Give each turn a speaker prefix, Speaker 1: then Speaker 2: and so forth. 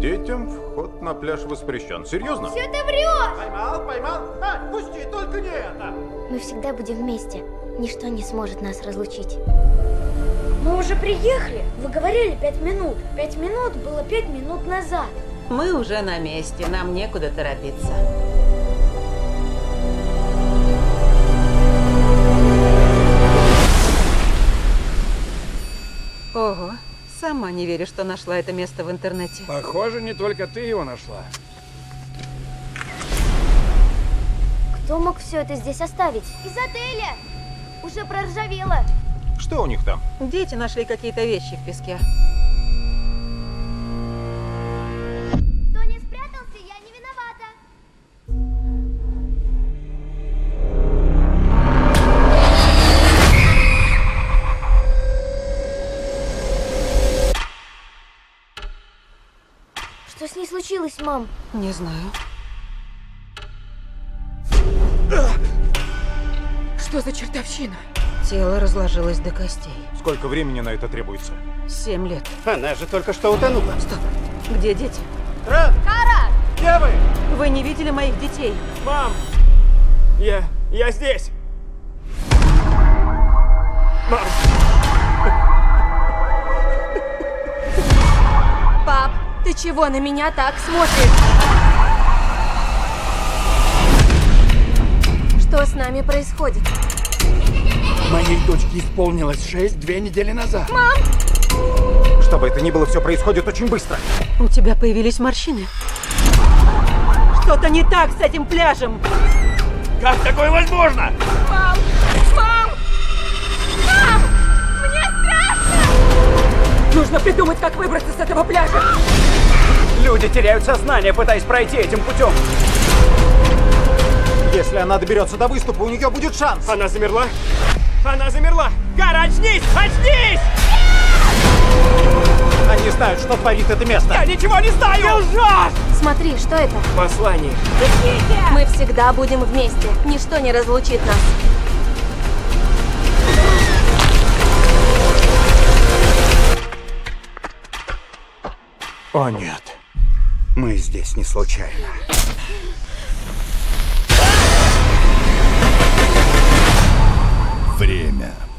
Speaker 1: Детям вход на пляж воспрещен. Серьезно?
Speaker 2: Все ты врешь!
Speaker 3: Поймал, поймал! Ань, пусти, только не это!
Speaker 4: Мы всегда будем вместе. Ничто не сможет нас разлучить.
Speaker 2: Мы уже приехали. Вы говорили пять минут. Пять минут было пять минут назад.
Speaker 5: Мы уже на месте, нам некуда торопиться. Ого, сама не верю, что нашла это место в интернете.
Speaker 6: Похоже, не только ты его нашла.
Speaker 4: Кто мог все это здесь оставить?
Speaker 2: Из отеля! Уже проржавело.
Speaker 1: Что у них там?
Speaker 5: Дети нашли какие-то вещи в песке.
Speaker 2: Кто не спрятался, я не виновата.
Speaker 4: Что с ней случилось, мам?
Speaker 5: Не знаю.
Speaker 7: Что за чертовщина?
Speaker 5: Тело разложилось до костей.
Speaker 1: Сколько времени на это требуется?
Speaker 5: Семь лет.
Speaker 3: Она же только что утонула.
Speaker 5: Стоп. Где дети?
Speaker 3: Рад! Где вы?
Speaker 5: Вы не видели моих детей?
Speaker 3: Мам! Я... я здесь! Мам!
Speaker 7: Пап, ты чего на меня так смотришь? Что с нами происходит?
Speaker 6: Моей дочке исполнилось шесть две недели назад.
Speaker 1: Что бы это ни было, все происходит очень быстро.
Speaker 5: У тебя появились морщины. Что-то не так с этим пляжем.
Speaker 3: Как такое возможно?
Speaker 7: Нужно придумать, как выбраться с этого пляжа.
Speaker 3: Люди теряют сознание, пытаясь пройти этим путем.
Speaker 1: Если она доберется до выступа, у нее будет шанс.
Speaker 3: Она замерла? Она замерла! Гара, очнись! Очнись!
Speaker 1: Они знают, что творит это место.
Speaker 3: Я ничего не знаю! Ты лжешь!
Speaker 7: Смотри, что это?
Speaker 3: Послание.
Speaker 7: Мы всегда будем вместе. Ничто не разлучит нас.
Speaker 1: О нет.
Speaker 6: Мы здесь не случайно.
Speaker 8: Время.